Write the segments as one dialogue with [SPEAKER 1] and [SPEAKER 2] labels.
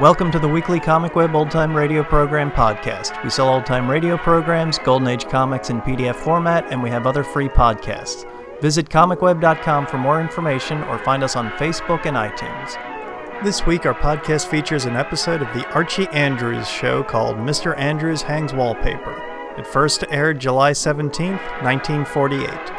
[SPEAKER 1] Welcome to the weekly Comic Web Old Time Radio Program podcast. We sell old time radio programs, Golden Age comics in PDF format, and we have other free podcasts. Visit comicweb.com for more information or find us on Facebook and iTunes. This week, our podcast features an episode of The Archie Andrews Show called Mr. Andrews Hangs Wallpaper. It first aired July 17, 1948.
[SPEAKER 2] Oh,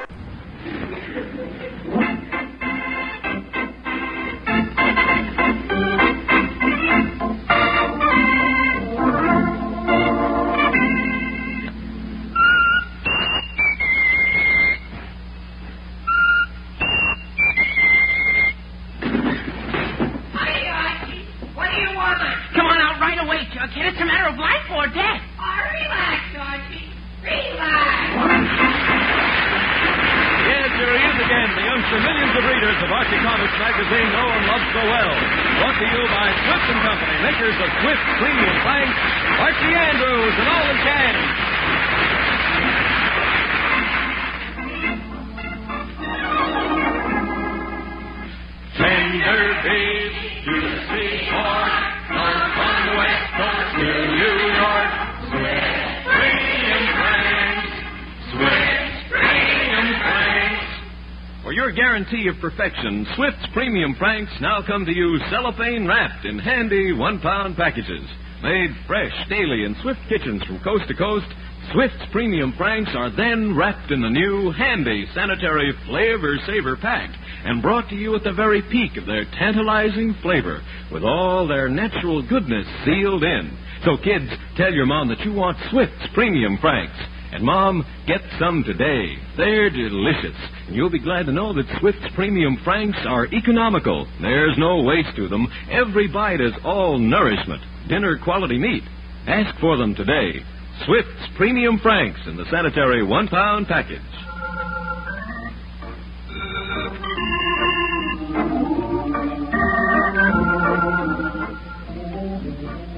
[SPEAKER 3] of perfection, Swift's premium franks now come to you cellophane wrapped in handy one pound packages. Made fresh daily in Swift kitchens from coast to coast, Swift's premium franks are then wrapped in the new handy sanitary flavor saver pack and brought to you at the very peak of their tantalizing flavor with all their natural goodness sealed in. So, kids, tell your mom that you want Swift's premium franks. And, Mom, get some today. They're delicious. And you'll be glad to know that Swift's Premium Franks are economical. There's no waste to them. Every bite is all nourishment, dinner quality meat. Ask for them today. Swift's Premium Franks in the sanitary one pound package.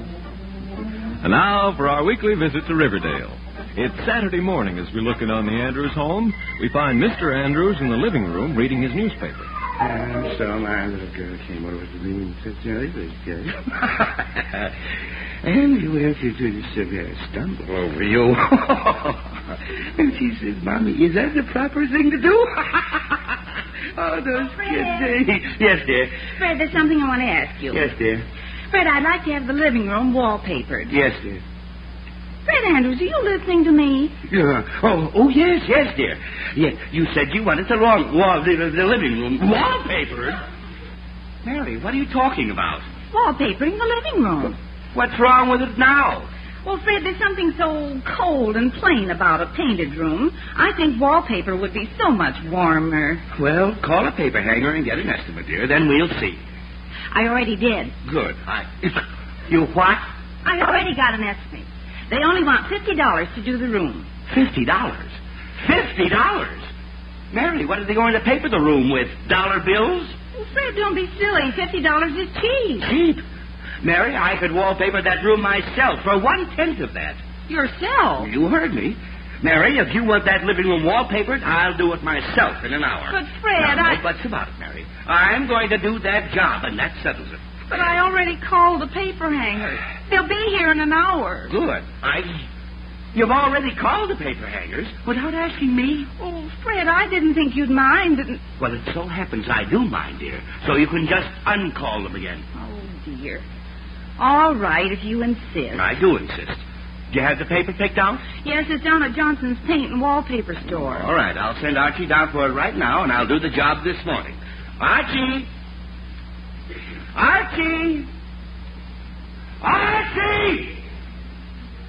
[SPEAKER 3] And now for our weekly visit to Riverdale. It's Saturday morning as we look in on the Andrews home. We find Mr. Andrews in the living room reading his newspaper.
[SPEAKER 4] And so my little girl came over to me and said, Jerry, let's go. and you went into the severe stumble over you. and she said, Mommy, is that the proper thing to do? oh, those Fred. kids. yes, dear.
[SPEAKER 2] Fred, there's something I want to ask you.
[SPEAKER 4] Yes, dear.
[SPEAKER 2] Fred, I'd like to have the living room wallpapered.
[SPEAKER 4] Yes, dear.
[SPEAKER 2] Fred Andrews, are you listening to me?
[SPEAKER 4] Yeah. Oh, oh yes, yes, dear. Yes, you said you wanted the long wall, the, the living room wallpapered. Mary, what are you talking about?
[SPEAKER 2] Wallpapering the living room.
[SPEAKER 4] What's wrong with it now?
[SPEAKER 2] Well, Fred, there's something so cold and plain about a painted room. I think wallpaper would be so much warmer.
[SPEAKER 4] Well, call a paper hanger and get an estimate, dear. Then we'll see.
[SPEAKER 2] I already did.
[SPEAKER 4] Good. I. You what?
[SPEAKER 2] I already got an estimate. They only want fifty dollars to do the room.
[SPEAKER 4] Fifty dollars? Fifty dollars? Mary, what are they going to paper the room with? Dollar bills?
[SPEAKER 2] Well, Fred, don't be silly. Fifty dollars is cheap.
[SPEAKER 4] Cheap? Mary, I could wallpaper that room myself for one tenth of that. Oh,
[SPEAKER 2] Yourself?
[SPEAKER 4] You heard me. Mary, if you want that living room wallpapered, I'll do it myself in an hour.
[SPEAKER 2] But Fred,
[SPEAKER 4] no,
[SPEAKER 2] I
[SPEAKER 4] no buts about it, Mary. I'm going to do that job, and that settles it.
[SPEAKER 2] But I already called the paper hanger. They'll be here in an hour.
[SPEAKER 4] Good. I. You've already called the paper hangers without asking me.
[SPEAKER 2] Oh, Fred, I didn't think you'd mind.
[SPEAKER 4] Well, it so happens I do mind, dear. So you can just uncall them again.
[SPEAKER 2] Oh, dear. All right, if you insist.
[SPEAKER 4] I do insist. Do you have the paper picked out?
[SPEAKER 2] Yes, it's down at Johnson's Paint and Wallpaper Store.
[SPEAKER 4] All right, I'll send Archie down for it right now, and I'll do the job this morning. Archie! Archie! Archie!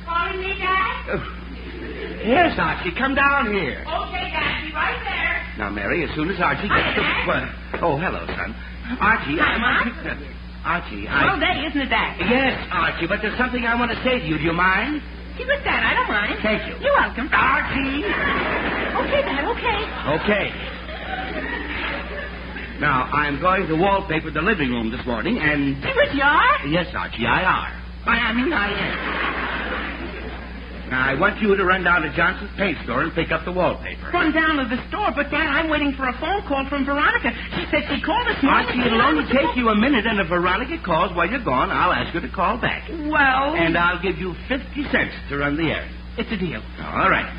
[SPEAKER 5] Calling me, Dad? Uh,
[SPEAKER 4] Oh. yes, Archie, come down here.
[SPEAKER 5] Okay, Dad, be right there.
[SPEAKER 4] Now, Mary, as soon as Archie gets
[SPEAKER 5] Hi,
[SPEAKER 4] the. Well, oh, hello, son. Archie,
[SPEAKER 5] Hi,
[SPEAKER 4] I'm.
[SPEAKER 5] Mom.
[SPEAKER 4] Archie, I.
[SPEAKER 2] Oh,
[SPEAKER 5] Well, day, isn't it, Dad?
[SPEAKER 4] Yes, Archie, but there's something I want to say to you. Do you mind?
[SPEAKER 5] Keep it, Dad. I don't mind.
[SPEAKER 4] Thank you.
[SPEAKER 5] You're welcome.
[SPEAKER 2] Ah,
[SPEAKER 4] Archie!
[SPEAKER 5] Okay, Dad, okay.
[SPEAKER 4] Okay. Now, I'm going to wallpaper the living room this morning, and.
[SPEAKER 5] You really are? uh,
[SPEAKER 4] Yes, Archie, I are.
[SPEAKER 5] Why, I mean, I am.
[SPEAKER 4] Now, I want you to run down to Johnson's paint store and pick up the wallpaper.
[SPEAKER 5] Run down to the store, but Dad, I'm waiting for a phone call from Veronica. She said she called this morning.
[SPEAKER 4] Archie, it'll only take you a minute, and if Veronica calls while you're gone, I'll ask her to call back.
[SPEAKER 5] Well,
[SPEAKER 4] And I'll give you 50 cents to run the errand.
[SPEAKER 5] it's a deal.
[SPEAKER 4] All right.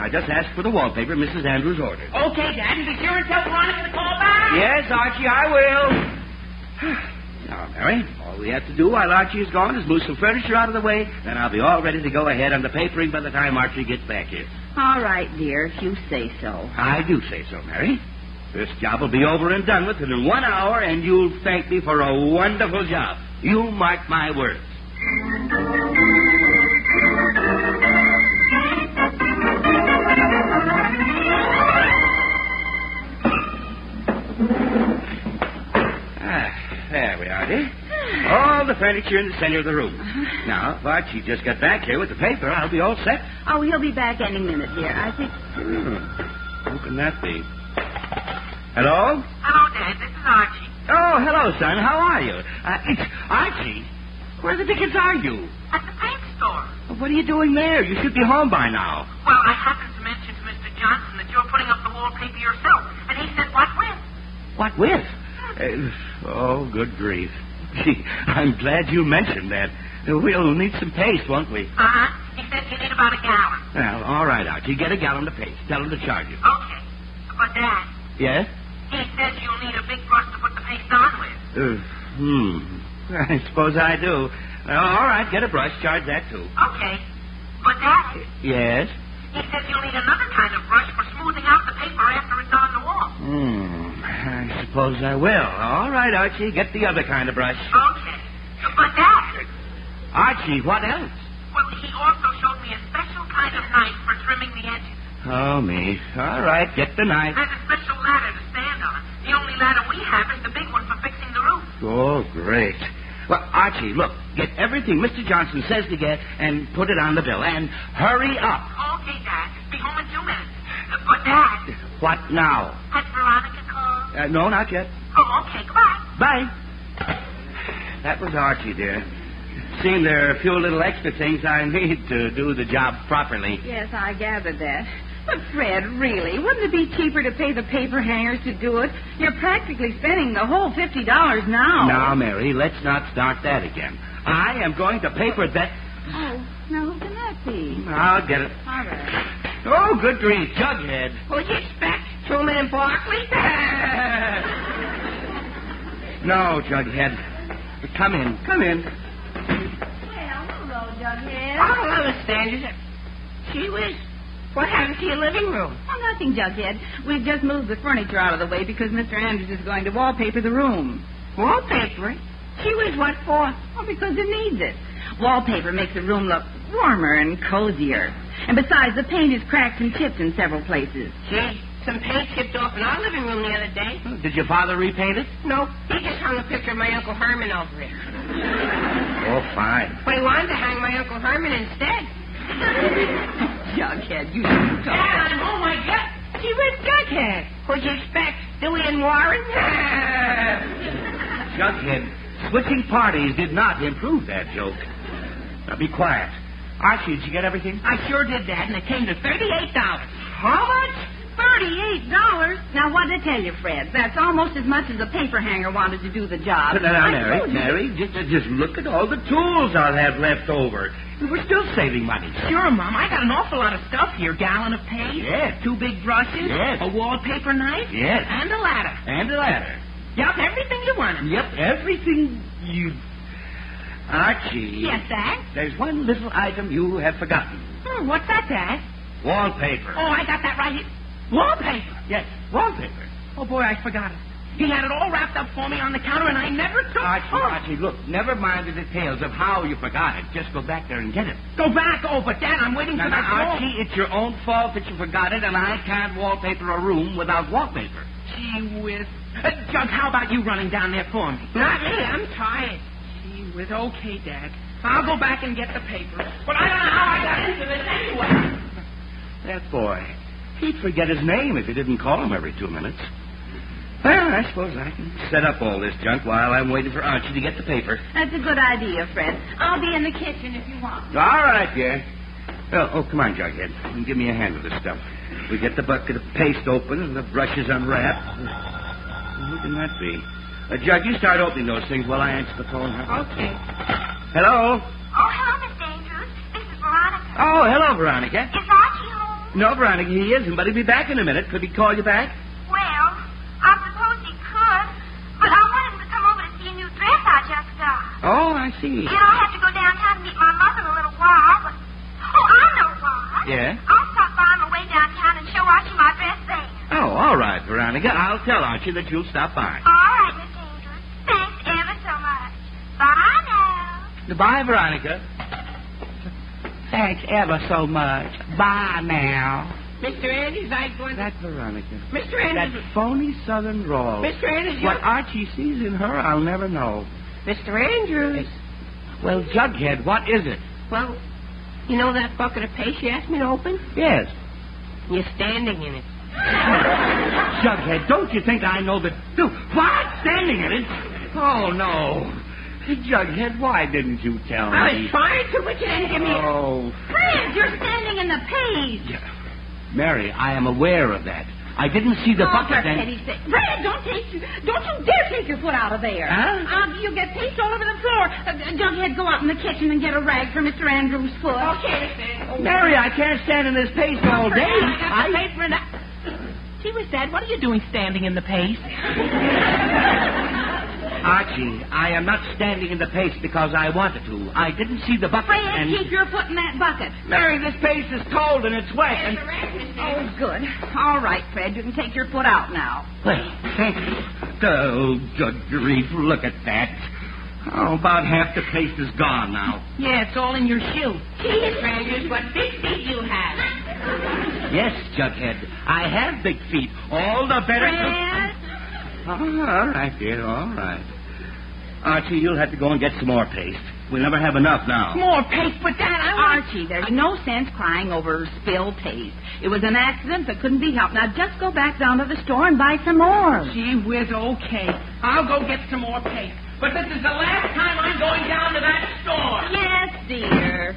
[SPEAKER 4] Now, just ask for the wallpaper Mrs. Andrews ordered.
[SPEAKER 5] Okay, Dad, and be sure and tell Veronica to call back.
[SPEAKER 4] Yes, Archie, I will. now, Mary, all we have to do while Archie is gone is move some furniture out of the way, then I'll be all ready to go ahead on the papering by the time Archie gets back here.
[SPEAKER 2] All right, dear, if you say so.
[SPEAKER 4] I do say so, Mary. This job will be over and done with in one hour, and you'll thank me for a wonderful job. You mark my words. Ah, There we are, dear. All the furniture in the center of the room. Now, if Archie just got back here with the paper, I'll be all set.
[SPEAKER 2] Oh, he'll be back any minute, dear. I think.
[SPEAKER 4] Hmm. Who can that be? Hello?
[SPEAKER 5] Hello, Dad. This is Archie.
[SPEAKER 4] Oh, hello, son. How are you? Uh, it's Archie. Where the dickens are you?
[SPEAKER 5] At the paint store.
[SPEAKER 4] What are you doing there? You should be home by now.
[SPEAKER 5] Well, I happened to mention to Mr. Johnson that you're putting up the wallpaper yourself, and he said, "What with?"
[SPEAKER 4] What with? Uh, oh, good grief. Gee, I'm glad you mentioned that. Uh, We'll need some paste, won't we?
[SPEAKER 5] Uh huh. He said you need about a gallon.
[SPEAKER 4] Well, all right, Archie. Get a gallon of paste. Tell him to charge you.
[SPEAKER 5] Okay. But Dad,
[SPEAKER 4] Yes?
[SPEAKER 5] he says you'll need a big brush to put the paste on with.
[SPEAKER 4] Uh, hmm. I suppose I do. Uh, all right, get a brush. Charge that, too.
[SPEAKER 5] Okay. But Dad,
[SPEAKER 4] Yes?
[SPEAKER 5] he says you'll need another kind of brush for smoothing out the paper after it's on the wall.
[SPEAKER 4] Hmm. I suppose I will. All right, Archie, get the other kind of brush.
[SPEAKER 5] Okay. But Dad,
[SPEAKER 4] Archie, what else?
[SPEAKER 5] well, he also showed me a special kind of knife for trimming the edges.
[SPEAKER 4] Oh, me. All right, get the knife.
[SPEAKER 5] There's a special ladder to stand on. The only ladder we have is the big one for fixing the roof.
[SPEAKER 4] Oh, great. Well, Archie, look, get everything Mr. Johnson says to get and put it on the bill. And hurry up.
[SPEAKER 5] Okay, Dad. Be home in two minutes. But Dad,
[SPEAKER 4] What now?
[SPEAKER 5] has Veronica called?
[SPEAKER 4] Uh, no, not yet.
[SPEAKER 5] Oh, okay. Goodbye.
[SPEAKER 4] Bye. That was Archie, dear. Seemed there are a few little extra things I need to do the job properly.
[SPEAKER 2] Yes, I gathered that. But Fred, really, wouldn't it be cheaper to pay the paper hangers to do it? You're practically spending the whole fifty dollars now.
[SPEAKER 4] Now, Mary, let's not start that again. I am going to paper that.
[SPEAKER 2] Oh, now who can that be?
[SPEAKER 4] I'll get it.
[SPEAKER 2] All right.
[SPEAKER 4] Oh, good grief, Jughead.
[SPEAKER 5] Well, you expect Truman and Barkley?
[SPEAKER 4] no, Jughead. Come in. Come in.
[SPEAKER 2] Well, hello,
[SPEAKER 5] I
[SPEAKER 2] Jughead.
[SPEAKER 5] don't understand it. She was. What happened to your living room?
[SPEAKER 2] Oh, nothing, Jughead. We've just moved the furniture out of the way because Mr. Andrews is going to wallpaper the room.
[SPEAKER 5] Wallpaper. She was what for?
[SPEAKER 2] Well, because it needs it. Wallpaper makes a room look warmer and cozier. And besides, the paint is cracked and chipped in several places.
[SPEAKER 5] Gee, some paint chipped off in our living room the other day.
[SPEAKER 4] Did your father repaint it?
[SPEAKER 5] No, he just hung a picture of my Uncle Herman over it.
[SPEAKER 4] Oh, fine.
[SPEAKER 5] But he wanted to hang my Uncle Herman instead.
[SPEAKER 2] Jughead, you shouldn't
[SPEAKER 5] Dad,
[SPEAKER 2] talk.
[SPEAKER 5] I'm, oh my God. She was Jughead. What'd you expect? Dewey and Warren?
[SPEAKER 4] Jughead, switching parties did not improve that joke. Now be quiet. Archie, did you get everything?
[SPEAKER 5] I sure did that, and it came to $38.
[SPEAKER 2] How much? Thirty-eight dollars. Now, what did I tell you, Fred? That's almost as much as the paper hanger wanted to do the job.
[SPEAKER 4] Now, now,
[SPEAKER 2] I
[SPEAKER 4] Uh, Mary,
[SPEAKER 2] told you.
[SPEAKER 4] Mary, just, uh, just look at all the tools I'll have left over. We're still saving money.
[SPEAKER 5] Sure, Oh, Mom. I got an awful lot of stuff here. Gallon of paint.
[SPEAKER 4] Yes.
[SPEAKER 5] Two big brushes.
[SPEAKER 4] Yes.
[SPEAKER 5] A wallpaper knife.
[SPEAKER 4] Yes.
[SPEAKER 5] And a ladder.
[SPEAKER 4] And a ladder.
[SPEAKER 5] Yup, everything you wanted.
[SPEAKER 4] Yep, everything you. Archie.
[SPEAKER 5] Yes, Dad.
[SPEAKER 4] There's one little item you have forgotten
[SPEAKER 5] Hmm, what's that, Dad?
[SPEAKER 4] wallpaper.
[SPEAKER 5] Oh, I got that right here. Wallpaper.
[SPEAKER 4] Yes, wallpaper.
[SPEAKER 5] Oh, boy, I forgot it. He had it all wrapped up for me on the counter, and I never took
[SPEAKER 4] Archie,
[SPEAKER 5] oh.
[SPEAKER 4] Archie, look, never mind the details of how you forgot it. Just go back there and get it.
[SPEAKER 5] Go back. Oh, but, Dad, I'm waiting
[SPEAKER 4] Now,
[SPEAKER 5] for
[SPEAKER 4] now,
[SPEAKER 5] that call.
[SPEAKER 4] Archie, it's your own fault that you forgot it, and I can't wallpaper a room without wallpaper.
[SPEAKER 5] Gee whiz. Uh, Jug, how about you running down there for me? Not me. I'm tired. Gee whiz. Okay, Dad. I'll go back and get the paper. But I don't know how I got into this anyway.
[SPEAKER 4] That boy. He'd forget his name if you didn't call him every two minutes. Well, I suppose I can set up all this junk while I'm waiting for Archie to get the paper.
[SPEAKER 2] That's a good idea, Fred. I'll be in the kitchen if you want.
[SPEAKER 4] All right, dear. Oh, oh, come on, Jughead. Give me a hand with this stuff. We get the bucket of paste open and the brushes unwrapped. Who can that be? Uh, Jug, you start opening those things while I answer the phone.
[SPEAKER 5] Okay.
[SPEAKER 4] Hello?
[SPEAKER 6] Oh, hello, Miss Andrews. This is Veronica.
[SPEAKER 4] Oh, hello, Veronica.
[SPEAKER 6] Is Archie home?
[SPEAKER 4] No, Veronica, he isn't, but he'll be back in a minute. Could he call you back?
[SPEAKER 6] Well, I suppose he could, but I want him to come over to see a new dress I just got.
[SPEAKER 4] Oh, I see.
[SPEAKER 6] And I have to go downtown to meet my mother in a little while, but... Oh, I know why.
[SPEAKER 4] Yeah?
[SPEAKER 6] I'll stop by on the way downtown and show Archie my dress there.
[SPEAKER 4] Oh, all right, Veronica. I'll tell Archie that you'll stop by.
[SPEAKER 6] All right, Miss Andrews. Thanks ever so much. Bye now.
[SPEAKER 4] Goodbye, Veronica.
[SPEAKER 7] Thanks ever so much. Bye now.
[SPEAKER 5] Mr. Andrews, I going to...
[SPEAKER 4] That Veronica.
[SPEAKER 5] Mr.
[SPEAKER 4] That
[SPEAKER 5] Andrews...
[SPEAKER 4] phony southern drawl.
[SPEAKER 5] Mr. Andrews,
[SPEAKER 4] What
[SPEAKER 5] you're-
[SPEAKER 4] Archie sees in her, I'll never know.
[SPEAKER 5] Mr. Andrews.
[SPEAKER 4] Well, Jughead, what is it?
[SPEAKER 5] Well, you know that bucket of paste you asked me to open?
[SPEAKER 4] Yes.
[SPEAKER 5] You're standing in it.
[SPEAKER 4] Jughead, don't you think I know the... No, What? Standing in it? Oh, no. Jughead, why didn't you tell
[SPEAKER 5] I
[SPEAKER 4] me?
[SPEAKER 5] was trying to, but you didn't give me...
[SPEAKER 4] Oh,
[SPEAKER 2] Fred, you're standing in the page.
[SPEAKER 4] Mary, I am aware of that. I didn't see the
[SPEAKER 2] oh,
[SPEAKER 4] bucket
[SPEAKER 2] for
[SPEAKER 4] then.
[SPEAKER 2] pity's sake. Fred, don't take you, don't you dare take your foot out of there.
[SPEAKER 4] Huh?
[SPEAKER 2] Uh, you'll get paste all over the floor. Uh, uh, Jughead, go out in the kitchen and get a rag for Mr. Andrews' foot.
[SPEAKER 5] Okay, Mr. Andrews.
[SPEAKER 4] Mary, I can't stand in this paste all day.
[SPEAKER 5] I got the paper and I... Gee whiz, Dad, what are you doing standing in the paste?
[SPEAKER 4] Archie, I am not standing in the paste because I wanted to. I didn't see the bucket
[SPEAKER 2] Fred,
[SPEAKER 4] and...
[SPEAKER 2] keep your foot in that bucket.
[SPEAKER 4] Mary, this paste is cold and it's wet and...
[SPEAKER 2] Oh, good. All right, Fred, you can take your foot out now.
[SPEAKER 4] Well, thank you. Oh, good grief, look at that. Oh, about half the paste is gone now.
[SPEAKER 5] Yeah, it's all in your shoe. Gee, Mr. Andrews, what big feet you have.
[SPEAKER 4] Yes, Jughead, I have big feet. All the better...
[SPEAKER 2] Fred?
[SPEAKER 4] Oh, all right, dear, all right. Archie, you'll have to go and get some more paste. We'll never have enough now.
[SPEAKER 5] More paste, but Dad, I want...
[SPEAKER 2] Archie, there's no sense crying over spilled paste. It was an accident that couldn't be helped. Now just go back down to the store and buy some more.
[SPEAKER 5] Gee whiz, okay. I'll go get some more paste. But this is the last time I'm going down to that store.
[SPEAKER 2] Yes, dear.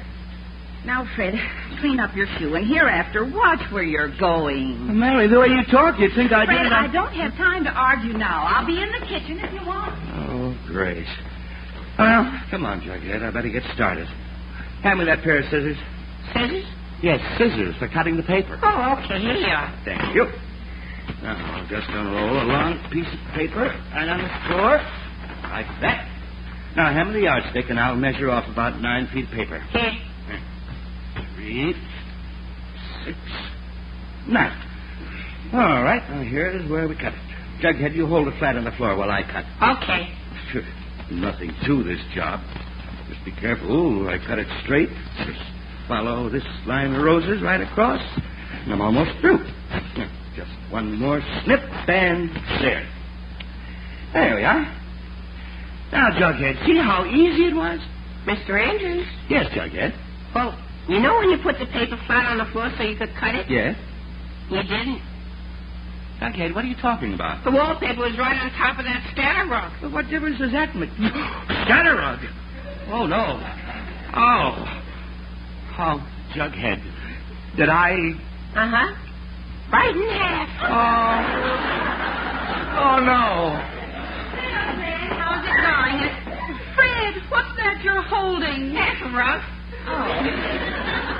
[SPEAKER 2] Now, Fred, clean up your shoe, and hereafter, watch where you're going.
[SPEAKER 4] Mary, the way you talk, you'd think I
[SPEAKER 2] Fred,
[SPEAKER 4] did it
[SPEAKER 2] I
[SPEAKER 4] on-
[SPEAKER 2] don't have time to argue now. I'll be in the kitchen if you want.
[SPEAKER 4] Oh, Grace. Well, come on, Jughead. I better get started. Hand me that pair of scissors.
[SPEAKER 5] Scissors?
[SPEAKER 4] Yes, scissors for cutting the paper.
[SPEAKER 5] Oh, okay, here you are.
[SPEAKER 4] Thank you. Now, I'll just unroll a long piece of paper right on the floor. Like that. Now, hand me the yardstick, and I'll measure off about nine feet of paper.
[SPEAKER 5] Here.
[SPEAKER 4] Three, six, nine. All right, now here is where we cut it. Jughead, you hold it flat on the floor while I cut.
[SPEAKER 5] Okay.
[SPEAKER 4] Sure, Nothing to this job. Just be careful. Ooh, I cut it straight. Just follow this line of roses right across, and I'm almost through. Just one more snip, and there. There we are. Now, Jughead, see how easy it was?
[SPEAKER 5] Mr. Andrews?
[SPEAKER 4] Yes, Jughead.
[SPEAKER 5] Well, you know when you put the paper flat on the floor so you could cut it?
[SPEAKER 4] Yes?
[SPEAKER 5] You didn't.
[SPEAKER 4] Jughead, what are you talking about?
[SPEAKER 5] The wallpaper was right on top of that scatter rock.
[SPEAKER 4] But what difference does that make? Scatterrug. Oh no. Oh. Oh, Jughead. Did I?
[SPEAKER 5] Uh huh. Right in half.
[SPEAKER 4] Oh. Oh no.
[SPEAKER 2] How's it going? Fred, what's that you're holding?
[SPEAKER 5] Half a rock.
[SPEAKER 2] Oh.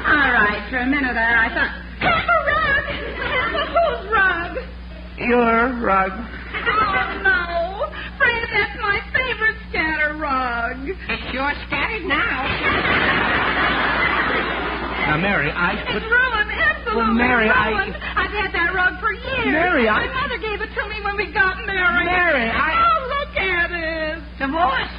[SPEAKER 2] All right, for a minute there, I thought. Half a rug! Half a whose rug?
[SPEAKER 4] Your rug.
[SPEAKER 2] Oh, no. Fred, that's my favorite scatter rug.
[SPEAKER 5] It's sure scattered now.
[SPEAKER 4] Now, Mary, I
[SPEAKER 2] It's
[SPEAKER 4] put.
[SPEAKER 2] ruined, absolutely
[SPEAKER 4] Well, Mary, I-
[SPEAKER 2] ruined. I've had that rug for years.
[SPEAKER 4] Mary, I-
[SPEAKER 2] My mother gave it to me when we got married.
[SPEAKER 4] Mary, I-
[SPEAKER 2] Oh, look at it.
[SPEAKER 5] Divorced.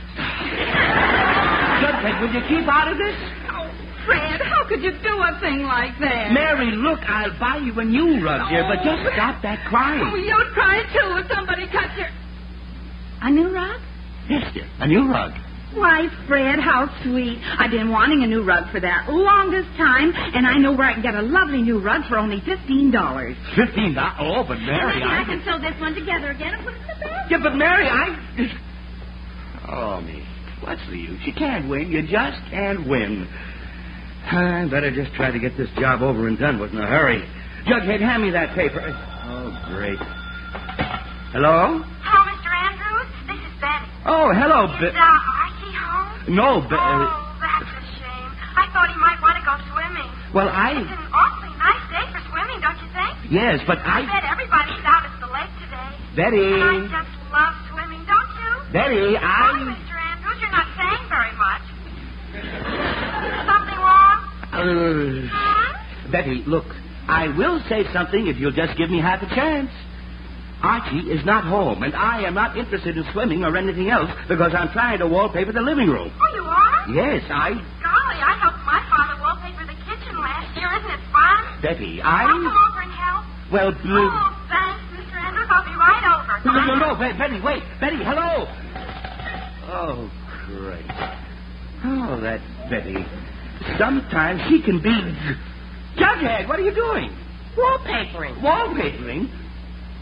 [SPEAKER 4] Jughead, will you keep out of this?
[SPEAKER 2] Oh, Fred, how could you do a thing like that?
[SPEAKER 4] Mary, look, I'll buy you a new rug, dear, but
[SPEAKER 2] Oh.
[SPEAKER 4] just stop that
[SPEAKER 2] Oh,
[SPEAKER 4] crying.
[SPEAKER 2] you'd cry too if somebody cut your. A new rug?
[SPEAKER 4] Yes, dear, a new rug.
[SPEAKER 2] Why, Fred, how sweet. I've been wanting a new rug for that longest time, and I know where I can get a lovely new rug for only $15.
[SPEAKER 4] Fifteen dollars. Oh, but Mary,
[SPEAKER 2] Maybe I
[SPEAKER 4] I.
[SPEAKER 2] can sew this one together again and put it in the basket.
[SPEAKER 4] Yeah, but Mary, I. Oh, me. What's the use? You can't win. You just can't win. I better just try to get this job over and done with in a hurry. Jughead, hand me that paper. Oh, great. Hello?
[SPEAKER 6] Hello, Mr. Andrews. This is Betty.
[SPEAKER 4] Oh, hello,
[SPEAKER 6] Is
[SPEAKER 4] Bi-
[SPEAKER 6] uh, Archie home?
[SPEAKER 4] No, but. uh,
[SPEAKER 6] Oh, that's a shame. I thought he might want to go swimming.
[SPEAKER 4] well,
[SPEAKER 6] It's
[SPEAKER 4] I.
[SPEAKER 6] an awfully nice day for swimming, don't you think?
[SPEAKER 4] Yes, but
[SPEAKER 6] I Mm.
[SPEAKER 4] I.
[SPEAKER 6] bet everybody's out at the lake today. And I
[SPEAKER 4] Betty.
[SPEAKER 6] just love swimming, don't you?
[SPEAKER 4] Betty,
[SPEAKER 6] Sorry,
[SPEAKER 4] I.
[SPEAKER 6] Mr. Andrews, you're not saying very much. Something wrong?
[SPEAKER 4] Uh,
[SPEAKER 6] Hmm?
[SPEAKER 4] Betty, look, I will say something if you'll just give me half a chance. Archie is not home, and I am not interested in swimming or anything else because I'm trying to wallpaper the living room.
[SPEAKER 6] Oh, you are?
[SPEAKER 4] Yes, I.
[SPEAKER 6] Golly, I helped my father wallpaper the kitchen last year. Isn't it fun?
[SPEAKER 4] Betty,
[SPEAKER 6] I'll come
[SPEAKER 4] I.
[SPEAKER 6] over and help.
[SPEAKER 4] Well,
[SPEAKER 6] Oh, thanks, Mr. Andrews. I'll be right over.
[SPEAKER 4] No, no, no, Be- Betty, wait. Betty, hello. Oh, great. Oh, that Betty. Sometimes she can be. Jughead, what are you doing?
[SPEAKER 7] Wallpapering.
[SPEAKER 4] Wallpapering?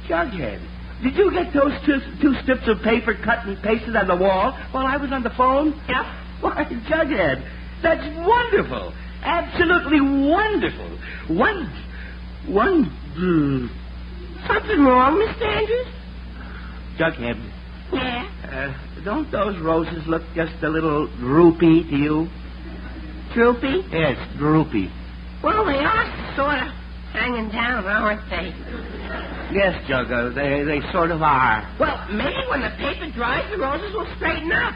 [SPEAKER 4] Jughead, did you get those two, two strips of paper cut and pasted on the wall while I was on the phone?
[SPEAKER 7] Yep.
[SPEAKER 4] Why, Jughead, that's wonderful. Absolutely wonderful. One. One. mm, Something wrong, Mr. Andrews? Jughead,
[SPEAKER 7] Yeah.
[SPEAKER 4] uh, don't those roses look just a little droopy to you?
[SPEAKER 7] Droopy?
[SPEAKER 4] Yes, droopy.
[SPEAKER 7] Well, they are sort of hanging down, aren't they?
[SPEAKER 4] Yes, Juggo, they, they sort of are.
[SPEAKER 7] Well, maybe when the paper dries, the roses will straighten up.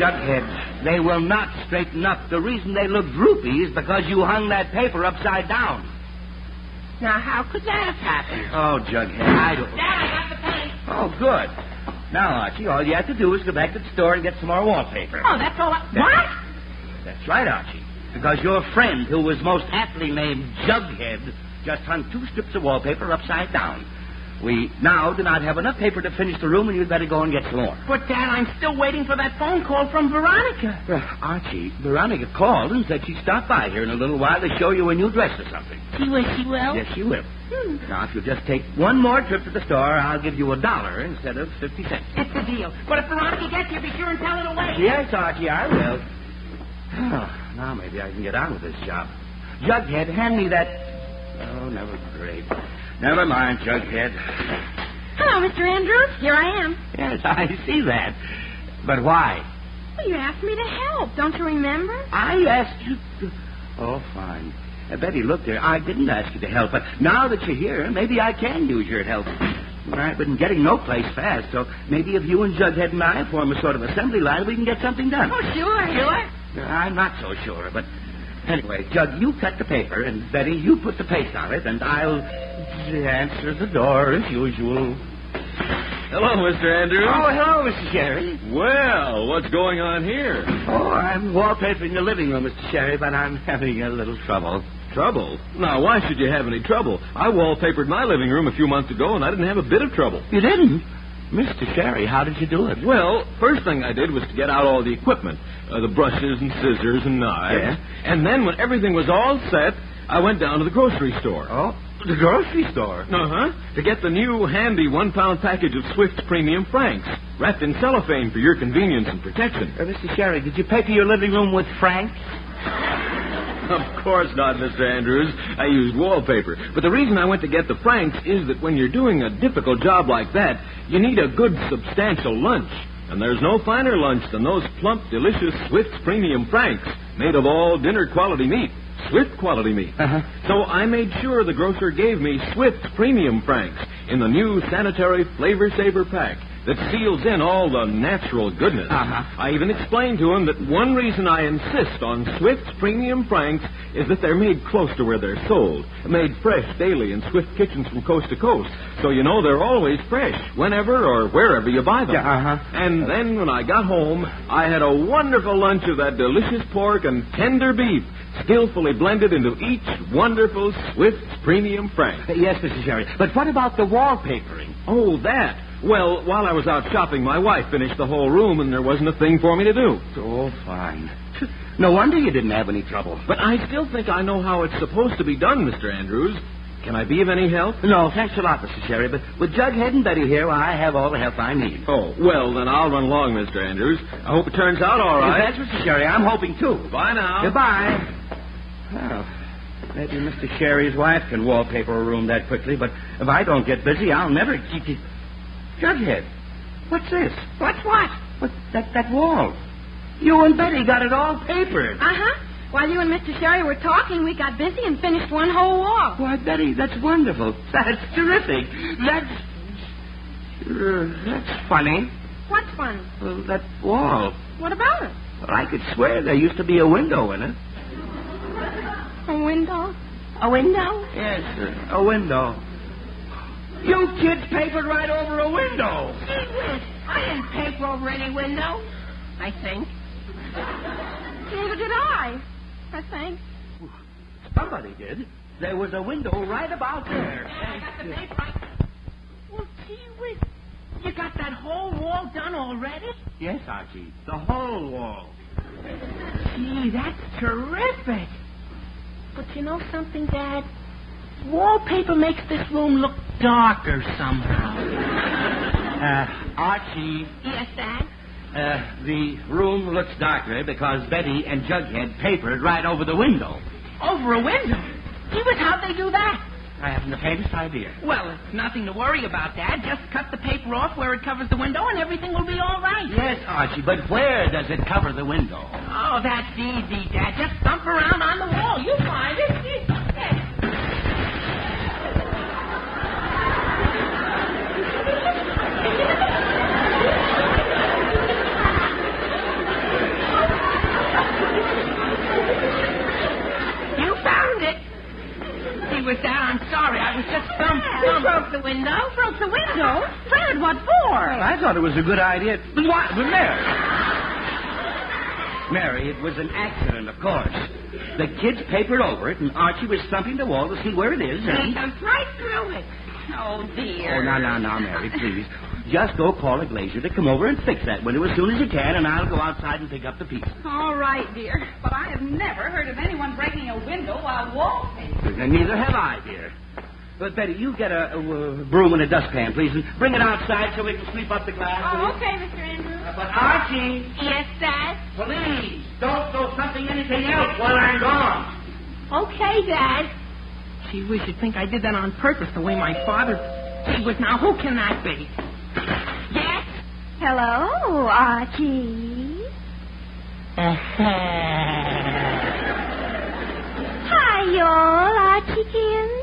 [SPEAKER 4] Jughead, they will not straighten up. The reason they look droopy is because you hung that paper upside down.
[SPEAKER 7] Now, how could that have happened?
[SPEAKER 4] Oh, Jughead, I don't.
[SPEAKER 7] Dad, I got the paint.
[SPEAKER 4] Oh, good. Now, Archie, all you have to do is go back to the store and get some more wallpaper.
[SPEAKER 7] Oh, that's all. I... What?
[SPEAKER 4] That's right, Archie. Because your friend, who was most aptly named Jughead, just hung two strips of wallpaper upside down. We now do not have enough paper to finish the room, and you'd better go and get some more.
[SPEAKER 5] But, Dad, I'm still waiting for that phone call from Veronica.
[SPEAKER 4] Well, Archie, Veronica called and said she'd stop by here in a little while to show you a new dress or something.
[SPEAKER 7] She wish she will.
[SPEAKER 4] Yes, she will.
[SPEAKER 2] Hmm.
[SPEAKER 4] Now, if you'll just take one more trip to the store, I'll give you a dollar instead of fifty cents.
[SPEAKER 7] It's a deal. But if Veronica gets here, be sure and tell her to wait.
[SPEAKER 4] Yes, Archie, I will. Oh, now maybe I can get on with this job. Jughead, hand me that. Oh, never great. Never mind, Jughead.
[SPEAKER 2] Hello, Mr. Andrews. Here I am.
[SPEAKER 4] Yes, I see that. But why?
[SPEAKER 2] Well, you asked me to help. Don't you remember?
[SPEAKER 4] I asked you. To... Oh, fine. Uh, Betty, look there. I didn't ask you to help, but now that you're here, maybe I can use your help. I've been getting no place fast, so maybe if you and Jughead and I form a sort of assembly line, we can get something done.
[SPEAKER 2] Oh, sure. Sure?
[SPEAKER 4] Uh, I'm not so sure, but anyway, Jug, you cut the paper, and Betty, you put the paste on it, and I'll answer the door as usual.
[SPEAKER 3] Hello, Mr. Andrews.
[SPEAKER 4] Oh, hello, Mr. Sherry.
[SPEAKER 3] Well, what's going on here?
[SPEAKER 4] Oh, I'm wallpapering the living room, Mr. Sherry, but I'm having a little trouble.
[SPEAKER 3] Trouble? Now, why should you have any trouble? I wallpapered my living room a few months ago, and I didn't have a bit of trouble.
[SPEAKER 4] You didn't? Mr. Sherry, how did you do it?
[SPEAKER 3] Well, first thing I did was to get out all the equipment uh, the brushes and scissors and knives.
[SPEAKER 4] Yeah.
[SPEAKER 3] And then, when everything was all set, I went down to the grocery store.
[SPEAKER 4] Oh, the grocery store.
[SPEAKER 3] Uh huh. To get the new handy one pound package of Swift's Premium Franks, wrapped in cellophane for your convenience and protection.
[SPEAKER 4] Uh, Mr. Sherry, did you paper your living room with Frank?
[SPEAKER 3] Of course not, Mr. Andrews. I used wallpaper. But the reason I went to get the Franks is that when you're doing a difficult job like that, you need a good, substantial lunch. And there's no finer lunch than those plump, delicious Swift's Premium Franks, made of all dinner quality meat. Swift quality meat.
[SPEAKER 4] Uh-huh.
[SPEAKER 3] So I made sure the grocer gave me Swift Premium Franks in the new sanitary flavor saver pack that seals in all the natural goodness.
[SPEAKER 4] Uh-huh.
[SPEAKER 3] I even explained to him that one reason I insist on Swift's premium franks is that they're made close to where they're sold, made fresh daily in Swift kitchens from coast to coast. So you know they're always fresh, whenever or wherever you buy them.
[SPEAKER 4] Yeah, uh-huh.
[SPEAKER 3] And then when I got home, I had a wonderful lunch of that delicious pork and tender beef, skillfully blended into each wonderful Swift's premium frank.
[SPEAKER 4] Uh, Yes, Mr. Sherry. But what about the wallpapering?
[SPEAKER 3] Oh, that. Well, while I was out shopping, my wife finished the whole room, and there wasn't a thing for me to do.
[SPEAKER 4] Oh, fine. No wonder you didn't have any trouble.
[SPEAKER 3] But I still think I know how it's supposed to be done, Mr. Andrews. Can I be of any help?
[SPEAKER 4] No, thanks a lot, Mr. Sherry, but with Jughead and Betty here, I have all the help I need.
[SPEAKER 3] Oh, well, then I'll run along, Mr. Andrews. I hope it turns out all right.
[SPEAKER 4] That's Mr. Sherry. I'm hoping too.
[SPEAKER 3] Bye now.
[SPEAKER 4] Goodbye. Well, maybe Mr. Sherry's wife can wallpaper a room that quickly, but if I don't get busy, I'll never keep it. Jughead, what's this?
[SPEAKER 5] What's what?
[SPEAKER 4] What that that wall? You and Betty got it all papered.
[SPEAKER 2] Uh huh. While you and Mr. Sherry were talking, we got busy and finished one whole wall.
[SPEAKER 4] Why, Betty, that's wonderful. That's terrific. That's Sure, that's funny.
[SPEAKER 2] What's funny?
[SPEAKER 4] Well, that wall.
[SPEAKER 2] What about it?
[SPEAKER 4] Well, I could swear there used to be a window in it.
[SPEAKER 2] A window? A window?
[SPEAKER 4] Yes, sir. A window. You kids papered right over a window.
[SPEAKER 7] I didn't paper over any window, I think.
[SPEAKER 2] Neither did I. I think.
[SPEAKER 4] Somebody did. There was a window right about there.
[SPEAKER 5] Well, gee whiz. You got that whole wall done already?
[SPEAKER 4] Yes, Archie. The whole wall.
[SPEAKER 5] Gee, that's terrific. But you know something, Dad? Wallpaper makes this room look darker somehow.
[SPEAKER 4] Uh, Archie,
[SPEAKER 7] Yes, Dad.
[SPEAKER 4] uh, the room looks darker because Betty and Jughead papered right over the window.
[SPEAKER 5] Over a window. Gee whiz, how'd they do that?
[SPEAKER 4] I haven't the faintest idea.
[SPEAKER 5] Well, it's nothing to worry about, Dad. Just cut the paper off where it covers the window and everything will be all right.
[SPEAKER 4] Yes, Archie, but where does it cover the window?
[SPEAKER 5] Oh, that's easy, Dad. Just thump around on the wall. You find it.
[SPEAKER 7] You found it.
[SPEAKER 5] He was down. I'm sorry. I was just thump,
[SPEAKER 7] You
[SPEAKER 5] thump.
[SPEAKER 7] broke the window.
[SPEAKER 2] Broke the window? Fred, what for?
[SPEAKER 4] Well, I thought it was a good idea. But What? But Mary. Mary, it was an accident, of course. The kids papered over it, and Archie was thumping the wall to see where it is,
[SPEAKER 7] They
[SPEAKER 4] and...
[SPEAKER 7] jumped right through it.
[SPEAKER 2] Oh, dear.
[SPEAKER 4] Oh, now, now, now, Mary, please. Just go call a glazier to come over and fix that window as soon as he can, and I'll go outside and pick up the pieces.
[SPEAKER 2] All right, dear. But I have never heard of anyone breaking a window while wallpapering.
[SPEAKER 4] And neither have I, dear. But, Betty, you get a, a, uh, broom and a dustpan, please, and bring it outside so we can sweep up the glass.
[SPEAKER 2] Oh, okay, Mr. Andrews.
[SPEAKER 4] But, Archie,
[SPEAKER 7] Yes, Dad.
[SPEAKER 4] please, don't throw something, anything else while I'm gone.
[SPEAKER 7] Okay, Dad.
[SPEAKER 5] Gee whiz, you'd think I did that on purpose, the way my father... Gee whiz, now who can that be? Yes?
[SPEAKER 6] Hello, Archie. Hi, y'all, Archiekins.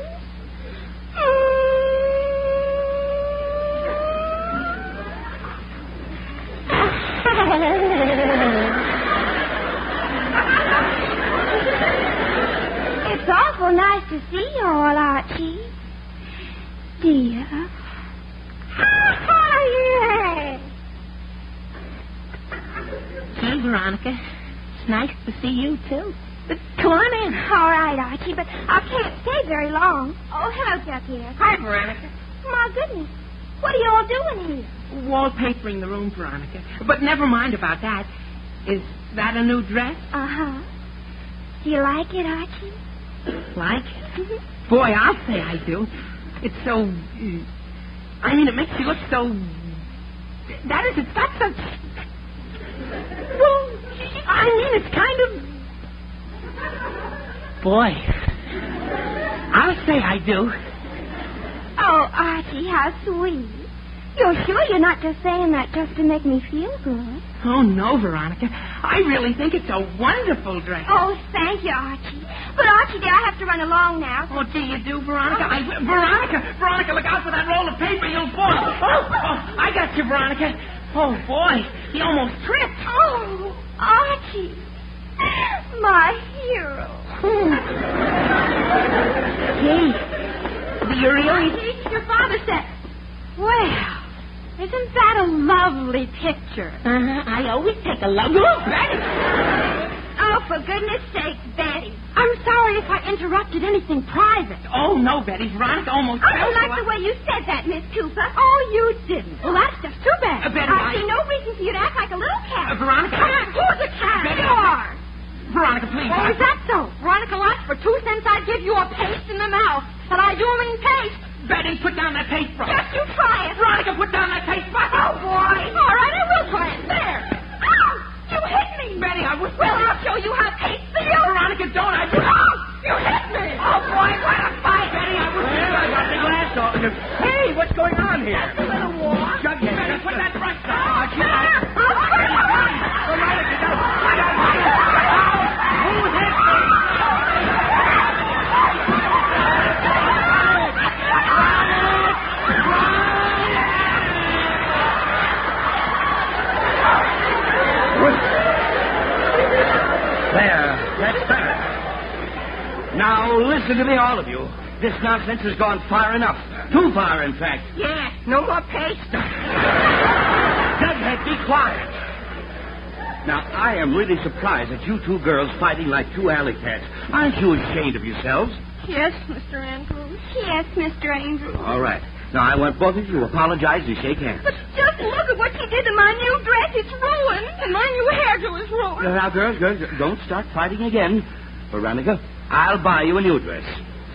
[SPEAKER 6] Mm-hmm. it's awful nice to see you all, Archie. Dear. Hi, yeah.
[SPEAKER 7] Hey, Veronica. It's nice to see you, too.
[SPEAKER 6] Come on in. All right, Archie, but I can't stay very long. Oh, hello, Jackie.
[SPEAKER 5] Hi, Veronica.
[SPEAKER 6] My goodness. What are you all doing here?
[SPEAKER 5] Wallpapering the room, Veronica. But never mind about that. Is that a new dress?
[SPEAKER 6] Uh huh. Uh-huh. Do you like it, Archie? Mm-hmm.
[SPEAKER 5] Like it? Boy, I'll say I do. It's so. uh, I mean, it makes you look so. That is, it's got such. Well, I mean, it's kind of. Boy, I'll say I do.
[SPEAKER 6] Oh, Archie, how sweet. You're sure you're not just saying that just to make me feel good?
[SPEAKER 5] Oh no, Veronica! I really think it's a wonderful dress.
[SPEAKER 6] Oh, thank you, Archie. But, Archie, dear, I have to run along now.
[SPEAKER 5] Oh, do you do, Veronica? I, Veronica, Veronica, look out for that roll of paper. You'll fall. Oh, oh, I got you, Veronica. Oh, boy. You almost tripped.
[SPEAKER 6] Oh, Archie. My hero.
[SPEAKER 5] Hmm. You're really...
[SPEAKER 6] Archie, your father said. Well, isn't that a lovely picture?
[SPEAKER 7] Uh-huh. I always take a love. Look,
[SPEAKER 6] Oh, for goodness sake, Betty. I'm sorry if I interrupted anything private.
[SPEAKER 5] Oh, no, Betty. Veronica almost
[SPEAKER 6] I
[SPEAKER 5] fell.
[SPEAKER 6] don't like the way you said that, Miss Cooper. Oh, you didn't. Well, that's just too bad.
[SPEAKER 5] Uh, Betty,
[SPEAKER 6] I
[SPEAKER 5] I-
[SPEAKER 6] see no reason for you to act like a little cat.
[SPEAKER 5] Uh, Veronica.
[SPEAKER 6] Come on, who's a cat?
[SPEAKER 5] Betty,
[SPEAKER 6] you
[SPEAKER 5] I-
[SPEAKER 6] are.
[SPEAKER 5] Veronica, please.
[SPEAKER 6] Oh, is that so? Veronica Lott, for two cents, I'd give you a paste in the mouth. But I do them in paste.
[SPEAKER 5] Betty, put down that paintbrush.
[SPEAKER 6] Just you try it.
[SPEAKER 5] Veronica, put down that paintbrush.
[SPEAKER 6] Oh, boy. All right, I will try it. There. Ow! You hit me.
[SPEAKER 5] Betty, I was.
[SPEAKER 6] Well, I'll show you how paste feels.
[SPEAKER 5] Veronica, don't. I was.
[SPEAKER 6] Ow! You hit me.
[SPEAKER 5] Oh, boy, what a fight. Betty, I was.
[SPEAKER 8] I got the glass off. Hey, what's going on here?
[SPEAKER 6] Just a little war.
[SPEAKER 8] Jughead,
[SPEAKER 5] Betty,
[SPEAKER 8] just
[SPEAKER 5] put
[SPEAKER 8] a-
[SPEAKER 5] that brush down.
[SPEAKER 6] Oh, there. I'll show you.
[SPEAKER 8] Veronica, don't.
[SPEAKER 4] There, that's better. Now, listen to me, all of you. This nonsense has gone far enough. Too far, in fact.
[SPEAKER 7] Yeah, no more paste.
[SPEAKER 4] Jughead, be quiet. Now, I am really surprised at you two girls fighting like two alley cats. Aren't you ashamed of yourselves?
[SPEAKER 7] Yes, Mr. Andrews.
[SPEAKER 6] Yes, Mr. Andrews.
[SPEAKER 4] All right. Now, I want both of you to apologize and shake hands.
[SPEAKER 6] But just look at what you did to my new dress. It's ruined, and my new hairdo is ruined.
[SPEAKER 4] Now, girls, girls, don't start fighting again. Veronica, I'll buy you a new dress.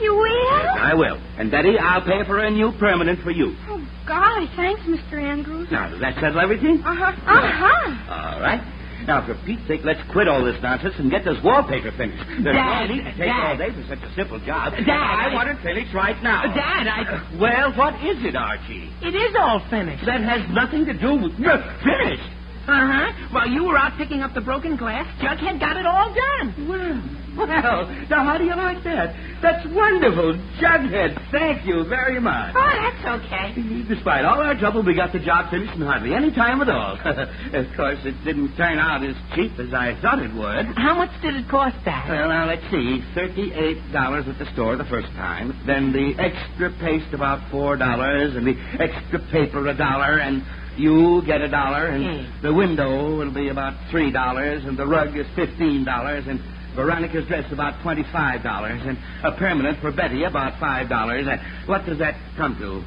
[SPEAKER 6] You will?
[SPEAKER 4] I will. And Betty, I'll pay for a new permanent for you.
[SPEAKER 6] Oh, golly, thanks, Mr. Andrews.
[SPEAKER 4] Now, does that settle everything?
[SPEAKER 5] Ah.
[SPEAKER 6] Uh-huh. Uh-huh.
[SPEAKER 4] All right. Now, for Pete's sake, let's quit all this nonsense and get this wallpaper finished. There's
[SPEAKER 5] Dad,
[SPEAKER 4] no need to take
[SPEAKER 5] Dad.
[SPEAKER 4] all day for such a simple job.
[SPEAKER 5] Dad,
[SPEAKER 4] I,
[SPEAKER 5] I-
[SPEAKER 4] want it finished right now.
[SPEAKER 5] Dad, I.
[SPEAKER 4] Well, what is it, Archie?
[SPEAKER 5] It is all finished.
[SPEAKER 4] That has nothing to do with... Finished!
[SPEAKER 5] Uh huh. While you were out picking up the broken glass, Jughead got it all done.
[SPEAKER 4] Well, well, now how do you like that? That's wonderful, Jughead. Thank you very much.
[SPEAKER 7] Oh, that's okay.
[SPEAKER 4] Despite all our trouble, we got the job finished in hardly any time at all. of course, it didn't turn out as cheap as I thought it would.
[SPEAKER 5] How much did it cost, Dad?
[SPEAKER 4] Well, now let's see. Thirty-eight dollars at the store the first time. Then the extra paste about four dollars, and the extra paper a dollar, and you get a dollar, and
[SPEAKER 5] Hmm.
[SPEAKER 4] the window will be about three dollars, and the rug is fifteen dollars, and Veronica's dress about twenty-five dollars, and a permanent for Betty about five dollars. Uh, What does that come to?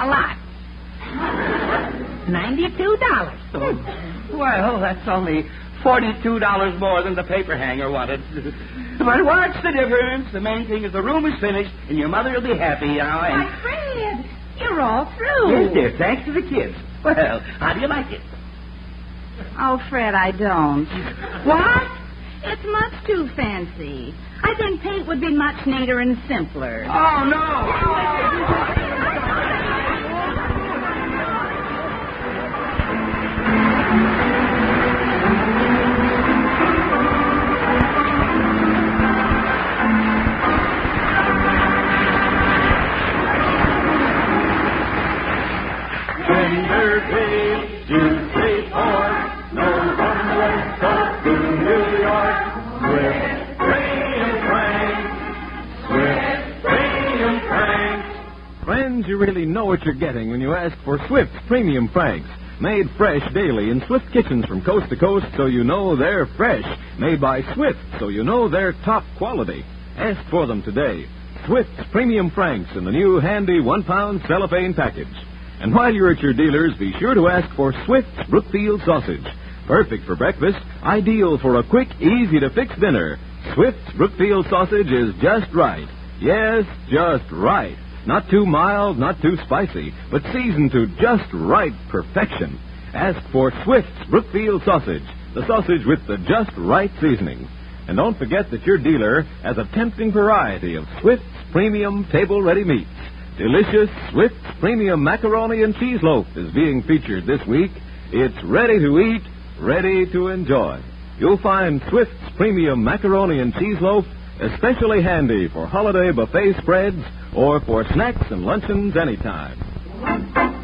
[SPEAKER 5] A lot.
[SPEAKER 8] Uh,
[SPEAKER 5] Ninety-two dollars.
[SPEAKER 4] Oh, Well, that's only forty-two dollars more than the paper hanger wanted. but what's the difference? The main thing is the room is finished, and your mother will be happy now. And
[SPEAKER 2] Why, Fred, you're all
[SPEAKER 4] yes,
[SPEAKER 2] through.
[SPEAKER 4] dear, thanks to the kids. Well, how do you like it?
[SPEAKER 2] Oh, Fred, I don't. What? It's much too fancy. I think paint would be much neater and simpler.
[SPEAKER 4] Oh no!
[SPEAKER 9] Tender days, two, three, four. No one was so to New York. Swift, Graham Frank. Swift, Graham Frank.
[SPEAKER 3] Friends, you really know what you're getting when you ask for Swift Premium Franks. Made fresh daily in Swift kitchens from coast to coast so you know they're fresh. Made by Swift so you know they're top quality. Ask for them today. Swift's Premium Franks in the new handy one pound cellophane package. And while you're at your dealer's, be sure to ask for Swift's Brookfield sausage. Perfect for breakfast, ideal for a quick, easy to fix dinner. Swift's Brookfield sausage is just right. Yes, just right. Not too mild, not too spicy, but seasoned to just right perfection. Ask for Swift's Brookfield sausage, the sausage with the just right seasoning. And don't forget that your dealer has a tempting variety of Swift's premium table ready meats. Delicious Swift's premium macaroni and cheese loaf is being featured this week. It's ready to eat, ready to enjoy. You'll find Swift's premium macaroni and cheese loaf especially handy for holiday buffet spreads or for snacks and luncheons anytime.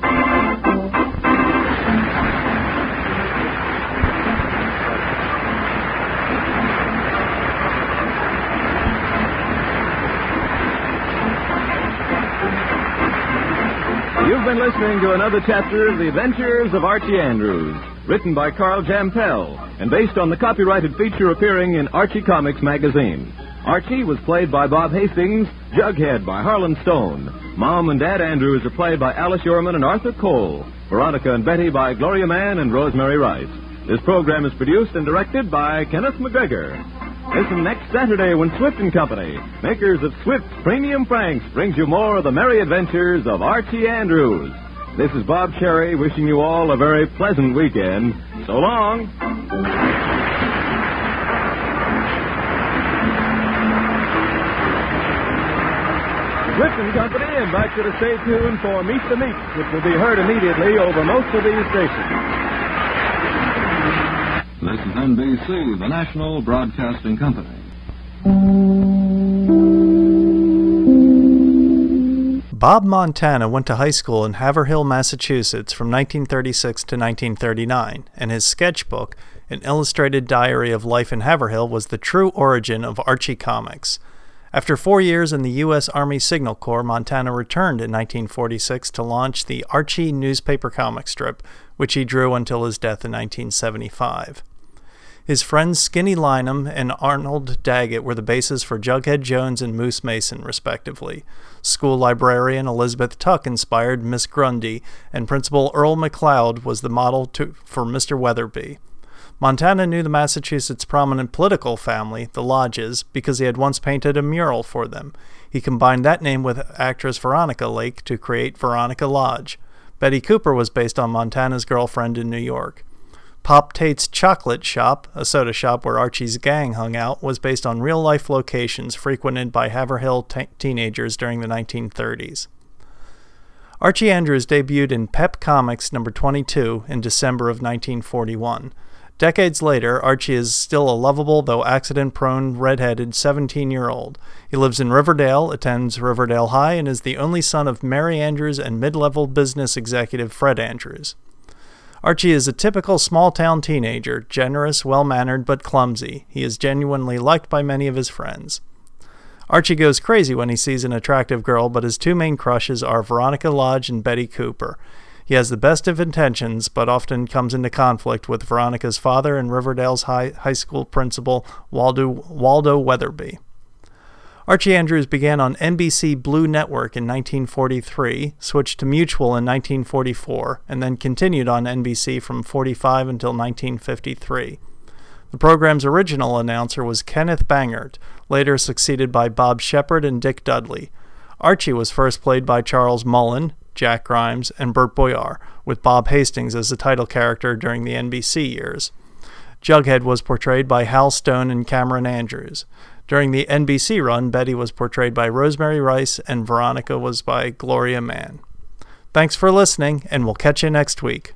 [SPEAKER 3] You've been listening to another chapter of The Adventures of Archie Andrews, written by Carl Jampel and based on the copyrighted feature appearing in Archie Comics magazine. Archie was played by Bob Hastings, Jughead by Harlan Stone. Mom and Dad Andrews are played by Alice Yorman and Arthur Cole. Veronica and Betty by Gloria Mann and Rosemary Rice. This program is produced and directed by Kenneth McGregor. Listen next Saturday when Swift and Company, makers of Swift Premium Franks, brings you more of the merry adventures of Archie Andrews. This is Bob Cherry wishing you all a very pleasant weekend. So long. Swift and Company invites you to stay tuned for Meet the Meats, which will be heard immediately over most of these stations.
[SPEAKER 10] This is NBC, the National Broadcasting Company.
[SPEAKER 1] Bob Montana went to high school in Haverhill, Massachusetts from 1936 to 1939, and his sketchbook, An Illustrated Diary of Life in Haverhill, was the true origin of Archie Comics. After four years in the U.S. Army Signal Corps, Montana returned in 1946 to launch the Archie newspaper comic strip, which he drew until his death in 1975. His friends Skinny Lynam and Arnold Daggett were the basis for Jughead Jones and Moose Mason, respectively. School librarian Elizabeth Tuck inspired Miss Grundy, and Principal Earl McLeod was the model to, for Mr. Weatherby. Montana knew the Massachusetts prominent political family, the Lodges, because he had once painted a mural for them. He combined that name with actress Veronica Lake to create Veronica Lodge. Betty Cooper was based on Montana's girlfriend in New York. Pop Tate's Chocolate Shop, a soda shop where Archie's gang hung out, was based on real life locations frequented by Haverhill t- teenagers during the 1930s. Archie Andrews debuted in Pep Comics number 22 in December of 1941. Decades later, Archie is still a lovable, though accident prone, redheaded 17 year old. He lives in Riverdale, attends Riverdale High, and is the only son of Mary Andrews and mid level business executive Fred Andrews. Archie is a typical small town teenager, generous, well mannered, but clumsy. He is genuinely liked by many of his friends. Archie goes crazy when he sees an attractive girl, but his two main crushes are Veronica Lodge and Betty Cooper. He has the best of intentions, but often comes into conflict with Veronica's father and Riverdale's high, high school principal, Waldo, Waldo Weatherby. Archie Andrews began on NBC Blue Network in 1943, switched to Mutual in 1944, and then continued on NBC from 45 until 1953. The program's original announcer was Kenneth Bangert, later succeeded by Bob Shepard and Dick Dudley. Archie was first played by Charles Mullen, Jack Grimes, and Burt Boyar, with Bob Hastings as the title character during the NBC years. Jughead was portrayed by Hal Stone and Cameron Andrews. During the NBC run, Betty was portrayed by Rosemary Rice and Veronica was by Gloria Mann. Thanks for listening, and we'll catch you next week.